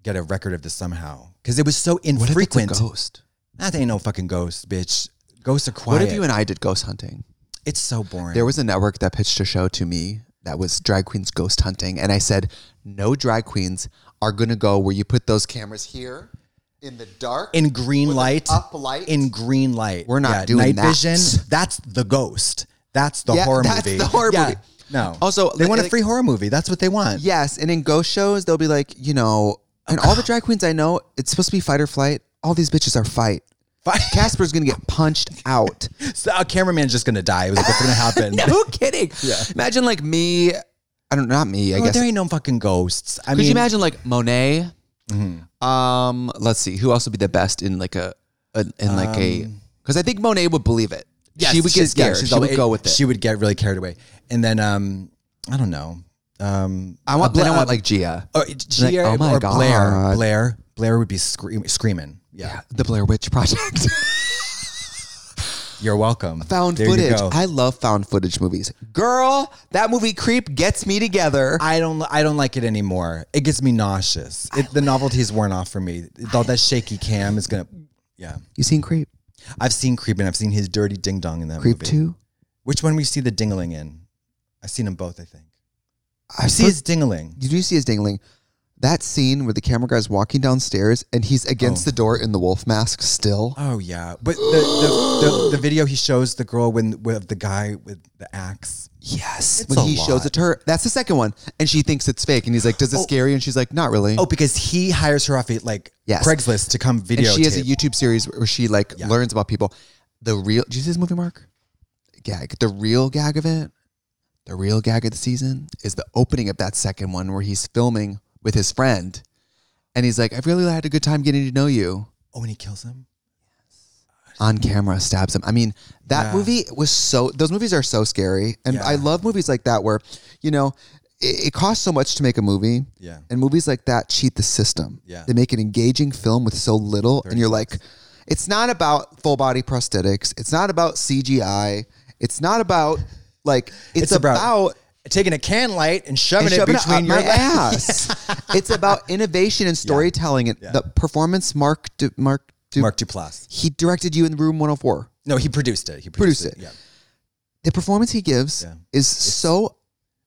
B: get a record of this somehow because it was so
A: what if it's a
B: infrequent.
A: ghost?
B: That ain't no fucking ghost, bitch. Ghosts are quiet.
A: What if you and I did ghost hunting?
B: it's so boring.
A: There was a network that pitched a show to me that was drag queens ghost hunting, and I said, no drag queens are gonna go where you put those cameras here in the dark.
B: in green
A: with an
B: light.
A: up light.
B: In green light.
A: We're not doing
B: night
A: that.
B: vision. That's the ghost. That's the
A: Yeah,
B: horror
A: that's
B: movie.
A: the horror
B: Yeah.
A: movie.
B: No.
A: Also,
B: they want a
A: like-
B: free horror movie. That's what they want. [laughs]
A: Yes, and in ghost shows, they'll be like, you know, and [sighs] all the drag queens I know, it's supposed to be fight or flight. All these bitches are fight.
B: Fight.
A: Casper's gonna get punched out.
B: [laughs] So our cameraman's just gonna die. It was like, what's gonna
A: [laughs]
B: happen?
A: no kidding. Imagine like me. I don't. Not me. I
B: Oh,
A: guess.
B: there ain't no fucking ghosts. I
A: Could
B: mean, Mm-hmm.
A: you imagine like Monet? Um, let's see. Who else would be the best in like a, a in like a? Because I think Monet would believe it.
B: Um, Yes,
A: she would get
B: she's- yeah,
A: scared.
B: she's
A: she
B: always-
A: would go with it.
B: She would get really carried away. And then, um, I don't know. Um,
A: I want.
B: a uh,
A: Then I
B: Bla-
A: want like Gia,
B: or, Gia
A: oh my
B: or Blair.
A: God.
B: Blair. Blair would be scream, screaming. Yeah.
A: the Blair Witch Project. [laughs]
B: You're welcome.
A: found
B: There you
A: footage.
B: go.
A: I love found footage movies. Girl, that movie Creep gets me together.
B: I don't. I don't like it anymore. It gets me nauseous. It, the novelty's worn off for me. All that shaky cam is gonna. Yeah,
A: you seen Creep?
B: I've seen Creep and I've seen his dirty ding dong in that
A: Creep
B: movie.
A: two.
B: Which one we see the dingaling in? I've seen them both. I think.
A: I
B: I see
A: put-
B: his dingaling.
A: You do see his dangling. That scene where the camera guy's walking downstairs and he's against
B: Oh.
A: the door in the wolf mask still.
B: Oh yeah, but the the, the, the video he shows the girl when with the guy with the axe.
A: Yes.
B: It's
A: when
B: a
A: he shows
B: lot.
A: it to her. That's the second one. And she thinks it's fake. And he's like, Does it scare you? And she's like, Not really.
B: Oh, because he hires her off of, like
A: Yes.
B: Craigslist to come
A: and
B: video.
A: she has a YouTube series where she like
B: Yeah.
A: learns about people. The real did you see this movie, Mark? Gag. The real gag of it, the real gag of the season is the opening of that second one where he's filming with his friend. And he's like, I've really had a good time getting to know you.
B: Oh, and he kills him.
A: on camera stabs him. I mean, that
B: Yeah.
A: movie was so. Those movies are so scary, and
B: Yeah.
A: I love movies like that where, you know, it, it costs so much to make a movie,
B: Yeah.
A: and movies like that cheat the system.
B: Yeah.
A: they make an engaging film with so little, and you're like, it's not about full body prosthetics. It's not about CGI. It's not about like it's, about.
B: taking a can light and shoving
A: and
B: it
A: shoving it
B: between
A: up
B: your
A: my
B: legs.
A: ass. It's about innovation and storytelling and the performance. Mark, Du- Mark, Du-
B: [laughs] Mark Duplass.
A: he directed you in Room 104.
B: No, he produced it. He
A: Produced
B: produced,
A: it.
B: it. Yeah,
A: the performance he gives
B: Yeah.
A: is so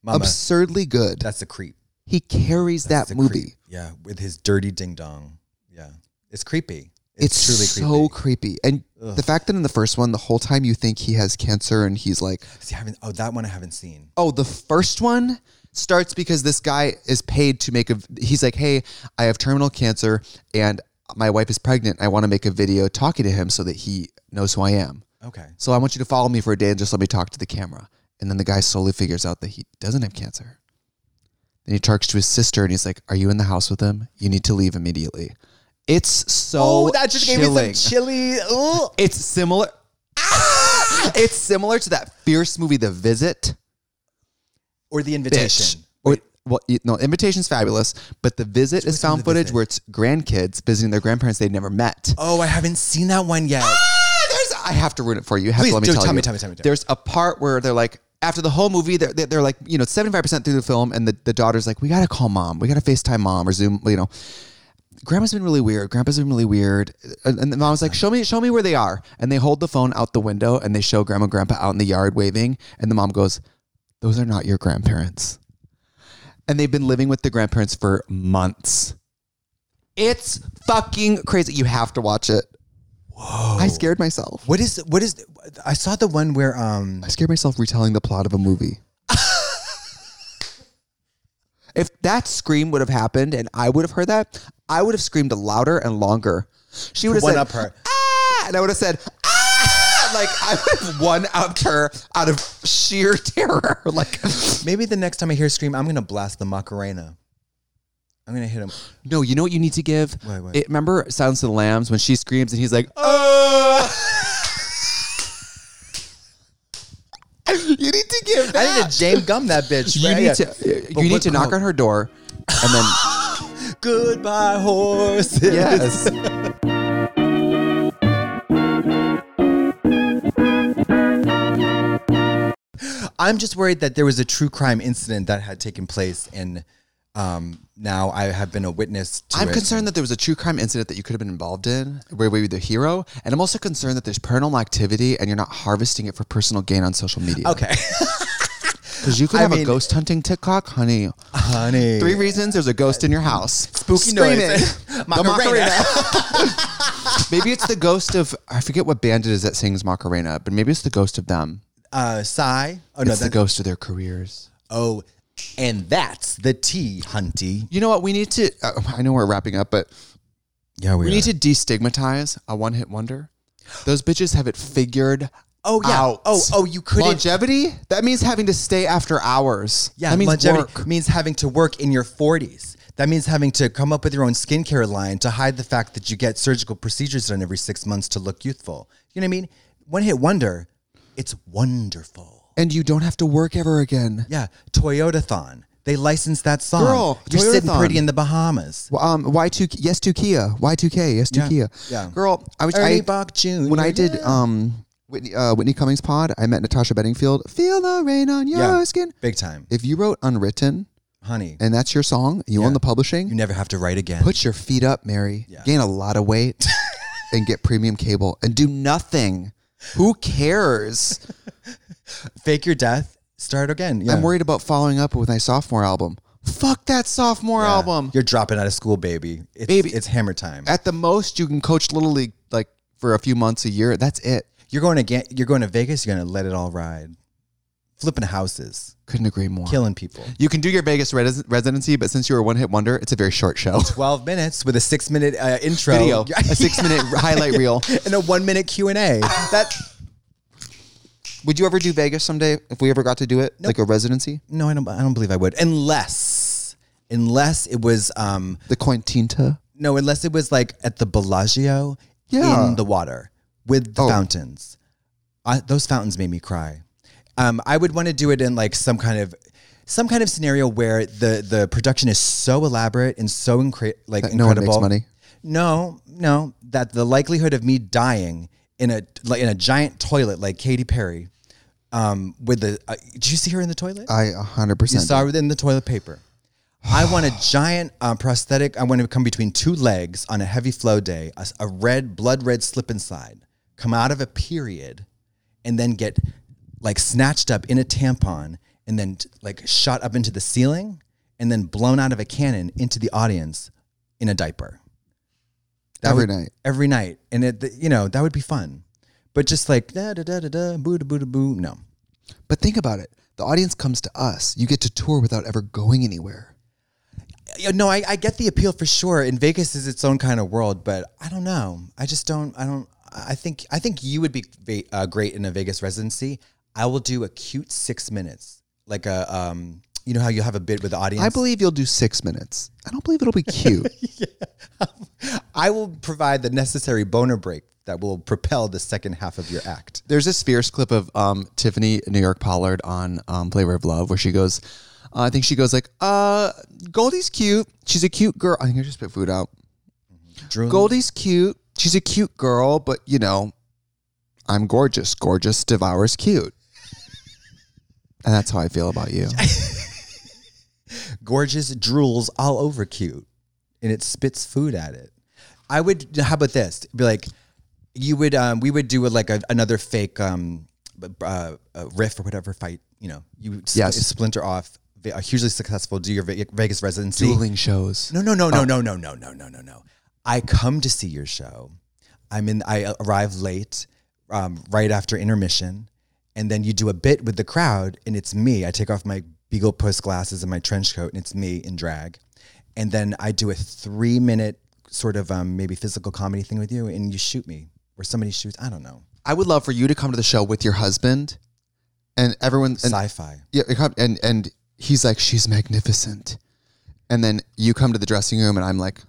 B: Mama,
A: absurdly good.
B: that's the creep.
A: He carries
B: That's
A: that
B: the
A: movie.
B: creep. Yeah, with his dirty ding dong. Yeah, it's creepy.
A: It's,
B: It's, truly
A: so
B: creepy.
A: creepy. And the fact that in the first one, the whole time you think he has cancer and he's like,
B: See, I haven't, oh, that one I haven't seen.
A: oh, the first one starts because this guy is paid to make a, he's like, hey, I have terminal cancer and my wife is pregnant. I want to make a video talking to him so that he knows who I am.
B: Okay.
A: So I want you to follow me for a day and just let me talk to the camera. And then the guy slowly figures out that he doesn't have cancer. Then he talks to his sister and he's like, Are you in the house with him? You need to leave immediately. It's so
B: Oh,
A: chilling.
B: chilly. Oh,
A: It's similar. [laughs] Ah! It's similar to that fierce movie, The Visit.
B: Or the
A: Bitch.
B: invitation.
A: Or, well, you- no, Invitation's fabulous, but The Visit is found
B: The
A: footage
B: Visit?
A: where it's grandkids visiting their grandparents they'd never met.
B: Oh, I haven't seen that one yet.
A: Ah, there's- I have to ruin it for you. You have
B: Please
A: to let me
B: do.
A: tell,
B: Tell
A: you.
B: me, tell me, tell me, tell me.
A: There's a part where they're like, after the whole movie, they're, they're, they're like, you know, 75% through the film, and the, the daughter's like, we got to call mom. We got to FaceTime mom or Zoom, you know. Grandma's been really weird. Grandpa's been really weird. And, and the mom's like, show me, show me where they are. And they hold the phone out the window and they show grandma and grandpa out in the yard waving. And the mom goes, those are not your grandparents. And they've been living with the grandparents for months. It's fucking crazy. You have to watch it. Whoa. I scared myself.
B: What is, what is, I saw the one where, um,
A: I scared myself retelling the plot of a movie. [laughs] if that scream would have happened and I would have heard that, I would have screamed louder and longer. She would have
B: one
A: said,
B: up her.
A: "Ah!" and I would have said, "Ah!" Like I would have one upped her out of sheer [laughs] terror. Like,
B: Maybe the next time I hear scream, I'm gonna blast the Macarena. I'm gonna hit him.
A: no, you know what you need to give.
B: Wait, wait.
A: It, remember Silence of the Lambs when she screams and he's like, [gasps] "Oh, "Ah!" you need to give. That.
B: I need to James Gum that bitch.
A: You
B: right?
A: need
B: Yeah.
A: to
B: But
A: you need
B: what
A: to knock
B: called-
A: on her door and
B: [laughs]
A: then
B: Goodbye horses. [laughs]
A: yes.
B: I'm just worried that there was a true crime incident that had taken place in Um, now I have been a witness to
A: I'm
B: it.
A: concerned that there was a true crime incident that you could have been involved in where we were the hero. And I'm also concerned that there's paranormal activity and you're not harvesting it for personal gain on social media. [laughs]
B: Okay, [laughs]
A: Because you could
B: I
A: have
B: mean-
A: a ghost hunting TikTok, honey.
B: honey.
A: Three reasons there's a ghost in your house.
B: spooky [laughs] noises.
A: The
B: Macarena. [laughs]
A: maybe it's the ghost of, I forget what band it is that sings Macarena, but maybe it's the ghost of them.
B: Uh, sigh. Oh no,
A: it's the
B: that,
A: ghost of their careers.
B: oh, and that's the tea, Hunty.
A: You know what? We need to, uh, I know we're wrapping up, but
B: Yeah,
A: we need to destigmatize a one hit wonder. Those bitches have it figured
B: Oh yeah.
A: out.
B: Oh oh, you couldn't.
A: Longevity? That means having to stay after hours.
B: Yeah,
A: that means
B: longevity
A: work.
B: means having to work in your 40s. That means having to come up with your own skincare line to hide the fact that you get surgical procedures done every six months to look youthful. You know what I mean? One hit wonder, it's wonderful.
A: And you don't have to work ever again.
B: Yeah, Toyota Thon. They licensed that song.
A: Girl,
B: You're sitting
A: Toyotathon.
B: pretty in the Bahamas.
A: Well, Um, Y two yes to Kia Y two K yes to
B: Yeah,
A: Kia.
B: yeah.
A: girl, I was I,
B: Ernie Bach Jr.,
A: when I did
B: yeah.
A: um Whitney, uh, Whitney Cummings pod. I met Natasha Bedingfield. Feel the rain on your
B: Yeah.
A: skin.
B: Big time.
A: If you wrote unwritten
B: Honey,
A: and that's your song, you own the publishing.
B: you never have to write again.
A: put your feet up, Mary. Gain a lot of weight [laughs] and get premium cable and do nothing. Who cares?
B: Fake your death, start again. Yeah.
A: I'm worried about following up with my sophomore album. Fuck that sophomore
B: Yeah.
A: album.
B: You're dropping out of school, baby. It's,
A: Baby.
B: It's hammer time.
A: At the most, you can coach little league like for a few months a year. That's it.
B: You're going to get, you're going to Vegas. You're going to let it all ride, flipping houses,
A: Couldn't agree more.
B: killing people.
A: You can do your Vegas res- residency, but since you're a one-hit wonder, it's a very short show.
B: Twelve minutes with a six minute uh, intro,
A: [laughs]
B: [laughs]
A: Video, a six-minute highlight reel.
B: and a one minute Q and A.
A: That. Would you ever do Vegas someday? If we ever got to do it, like a residency,
B: No, I don't. I don't believe I would, unless unless it was um
A: the Quintinta.
B: no, unless it was like at the Bellagio
A: Yeah.
B: in the water with the
A: Oh.
B: fountains. I, those fountains made me cry. Um, I would want to do it in like some kind of some kind of scenario where the the production is so elaborate and so incre- like
A: That no one makes
B: incredible.
A: money.
B: No, no, that the likelihood of me dying in a like in a giant toilet like Katy Perry, um, with the uh, did you see her in the toilet?
A: I 100.
B: You
A: percent
B: saw it in the toilet paper. I want a giant um, prosthetic. I want to come between two legs on a heavy flow day, a, s- a red, blood red slip inside, come out of a period, and then get like snatched up in a tampon and then t- like shot up into the ceiling and then blown out of a cannon into the audience in a diaper.
A: Every
B: would-
A: night.
B: Every night. And it, th- you know, that would be fun. But just like da da da da da, boo da boo da boo, no.
A: But think about it. The audience comes to us. You get to tour without ever going anywhere.
B: Yeah, no, I, I get the appeal for sure. And Vegas is its own kind of world, but I don't know. I just don't. I don't. I think I think you would be ve- uh, great in a Vegas residency. I will do a cute six minutes, like a um. You know how you have a bit with the audience.
A: I believe you'll do six minutes. I don't believe it'll be cute.
B: I will provide the necessary boner break that will propel the second half of your act.
A: There's this fierce clip of um, Tiffany New York Pollard on um, Flavor of Love where she goes, uh, I think she goes like, uh, Goldie's cute. She's a cute girl. I think I just spit food out.
B: Drew
A: Goldie's cute. She's a cute girl, but you know, I'm gorgeous. Gorgeous devours cute. [laughs] And that's how I feel about you.
B: gorgeous drools all over cute and it spits food at it. I would, how about this? Be like, you would, um, we would do a, like a, another fake um, b- uh, a riff or whatever fight, you know, you spl-
A: Yes.
B: splinter off, ve- a hugely successful, do your Ve- Vegas residency.
A: Dueling shows.
B: No, no, no, no, no, no, no, no, no, no, no. I come to see your show. I'm in. I arrive late, um, right after intermission, and then you do a bit with the crowd, and it's me. I take off my beagle puss glasses and my trench coat, and it's me in drag, and then I do a three minute sort of um, maybe physical comedy thing with you, and you shoot me or somebody shoots. I don't know.
A: I would love for you to come to the show with your husband and everyone. And,
B: Sci-fi.
A: yeah, it come- and and he's like, she's magnificent. And then you come to the dressing room, and I'm
B: [gasps]
A: like,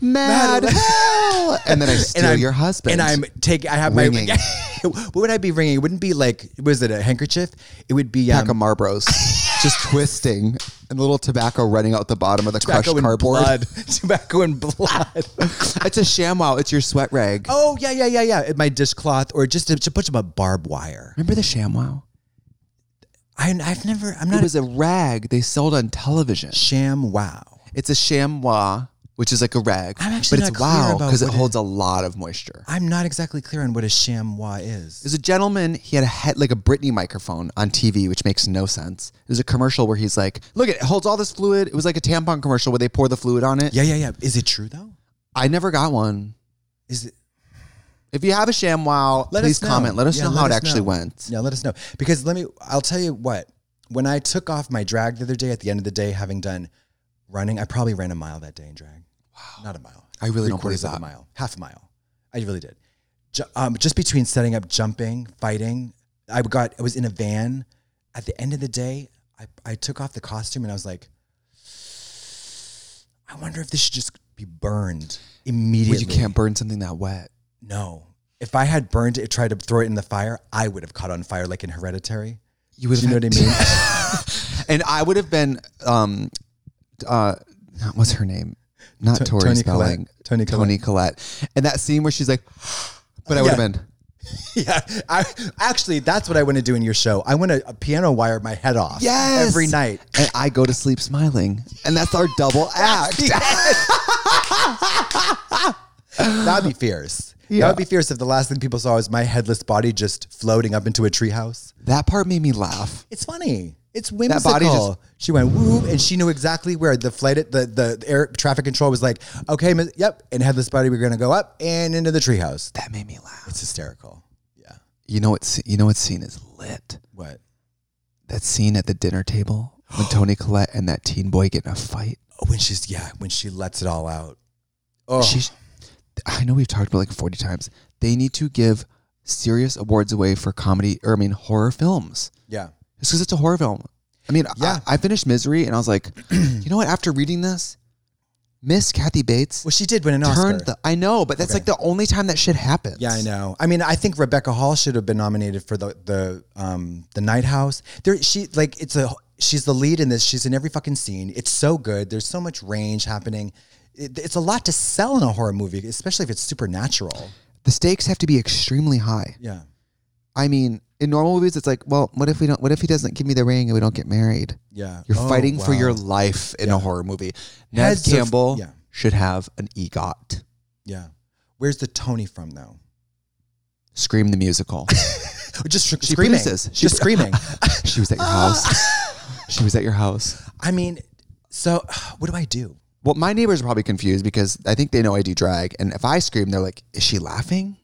A: mad hell. And then I steal
B: I'm-
A: your husband.
B: And I'm taking. I have
A: Ringing.
B: my. [laughs] what would I be ringing? It wouldn't be like. Was it a handkerchief? It would be
A: pack
B: um,
A: of Marlboros,
B: [laughs]
A: just twisting, and a little tobacco running out the bottom of the
B: tobacco
A: crushed
B: and
A: cardboard.
B: blood. [laughs] tobacco and blood.
A: [laughs] It's a ShamWow. It's your sweat rag.
B: oh yeah, yeah, yeah, yeah. My dishcloth, or just a, just a bunch of barbed wire.
A: Remember the ShamWow?
B: I, I've never. I'm
A: It
B: not.
A: was a rag they sold on television.
B: sham. Wow.
A: It's a chamois, which is like a rag,
B: I'm actually
A: but it's
B: not clear
A: wow
B: about
A: because it
B: what it-
A: holds a lot of moisture.
B: I'm not exactly clear on what a chamois is.
A: There's a gentleman. He had a head like a Britney microphone on TV, which makes no sense. There's a commercial where he's like, "Look, it holds all this fluid." It was like a tampon commercial where they pour the fluid on it.
B: Yeah, yeah, yeah. Is it true though?
A: I never got one.
B: Is it?
A: If you have a ShamWow,
B: Let
A: please
B: us know.
A: comment. Let us
B: Yeah,
A: know how it
B: let us
A: actually
B: know.
A: went.
B: Yeah, let us know. Because let me, I'll tell you what, when I took off my drag the other day at the end of the day, having done running, I probably ran a mile that day in drag. Wow. Not a mile.
A: I really
B: Three
A: don't
B: quarters
A: believe
B: of a
A: that.
B: mile, half a mile. I really did. Ju- um, just between setting up, jumping, fighting, I got, I was in a van. At the end of the day, I, I took off the costume and I was like, I wonder if this should just be burned
A: Well,
B: immediately.
A: you can't burn something that wet.
B: No. If I had burned it, tried to throw it in the fire, I would have caught on fire like in Hereditary.
A: You would
B: Do you know
A: have
B: what I mean? [laughs]
A: And I would have been, um, uh, not- what's her name? Not
B: To-
A: Tori
B: Toni
A: Spelling.
B: Collette. Toni
A: Toni Collette. And that scene where she's like, but I would
B: Yeah.
A: have been.
B: yeah. I, actually, that's what I want to do in your show. I want to piano wire my head off
A: Yes.
B: every night.
A: And I go to sleep smiling. And that's our
B: [laughs]
A: double act.
B: That'd be fierce. That
A: Yeah.
B: would be fierce if the last thing people saw was my headless body just floating up into a treehouse.
A: That part made me laugh.
B: It's funny. It's
A: That
B: whimsical.
A: body just-
B: she went whoop, and she knew exactly where the flight, the the air traffic control was like, okay, miss- yep, and headless body, we're gonna go up and into the treehouse.
A: That made me laugh.
B: It's hysterical. Yeah.
A: You know what? sce- You know what scene is lit?
B: What?
A: That scene at the dinner table
B: [gasps]
A: when Tony Collette and that teen boy get in a fight.
B: when she's yeah, when she lets it all out. Oh,
A: She's, I know we've talked about it like 40 times. They need to give serious awards away for comedy, or I mean, horror films.
B: yeah.
A: It's because it's a horror film. I mean,
B: Yeah.
A: yeah. I, I finished Misery and I was
B: [clears throat]
A: like, you know what? After reading this, Miss Kathy Bates
B: Well, she did win an Oscar.
A: turned the. I know, but that's
B: Okay.
A: like the only time that shit happens.
B: yeah, I know. I mean, I think Rebecca Hall should have been nominated for the the um the Night House. There, she like it's a she's the lead in this. She's in every fucking scene. It's so good. There's so much range happening. It, it's a lot to sell in a horror movie, especially if it's supernatural.
A: The stakes have to be extremely high.
B: Yeah.
A: I mean, in normal movies, it's like, well, what if we don't? What if he doesn't give me the ring and we don't get married?
B: Yeah.
A: You're
B: Oh,
A: fighting for
B: wow.
A: your life in a horror movie. Ned
B: Heads of-
A: Campbell
B: yeah.
A: should have an EGOT.
B: Yeah. Where's the Tony from though?
A: Scream the
B: [laughs]
A: musical.
B: Just sh-
A: She
B: screaming.
A: produces. She-
B: just
A: [laughs]
B: screaming.
A: she was at your
B: [laughs]
A: house. she was at your house.
B: I mean, so [sighs] what do I do?
A: Well, my neighbors are probably confused because I think they know I do drag, and if I scream, they're like, "Is she laughing?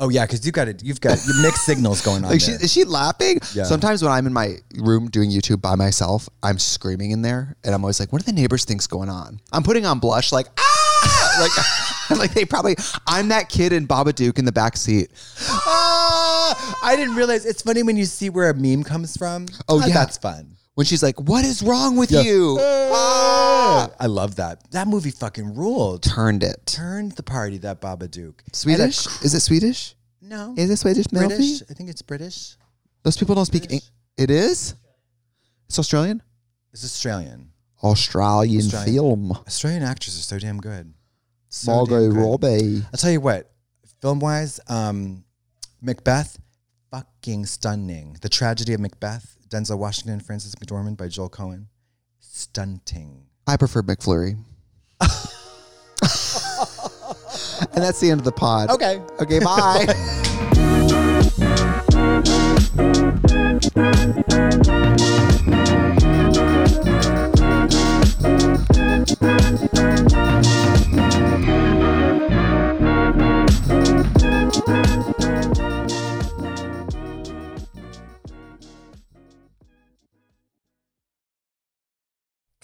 B: Oh yeah, because you got it. You've got you mixed signals going on.
A: Like, she,
B: there.
A: is she laughing?"
B: Yeah.
A: Sometimes when I'm in my room doing YouTube by myself, I'm screaming in there, and I'm always like, "What do the neighbors think's going on?" I'm putting on blush, like ah, [laughs] like like they probably. I'm that kid in Babadook in the back
B: [gasps]
A: seat.
B: Ah, I didn't realize it's funny when you see where a meme comes from.
A: Oh, yeah.
B: that's fun.
A: when she's like, "What is wrong with you?"
B: [laughs] Ah, I love that. That movie fucking ruled.
A: Turned it.
B: Turned the party that Baba Duke.
A: Swedish? Is it Swedish?
B: No,
A: Is it Swedish
B: British.
A: movie?
B: I think it's British.
A: Those people don't speak. Eng-
B: British.
A: it is. It's Australian.
B: It's Australian.
A: Australian,
B: Australian.
A: film.
B: Australian actors are so damn good. So
A: Margot
B: damn good.
A: Robbie.
B: I'll tell you what, film wise, um, Macbeth, fucking stunning. The tragedy of Macbeth, Denzel Washington, and Francis McDormand by Joel Cohen, stunting.
A: I prefer McFlurry. [laughs] and that's the end of the pod.
B: Okay.
A: Okay,
B: [laughs]
A: bye.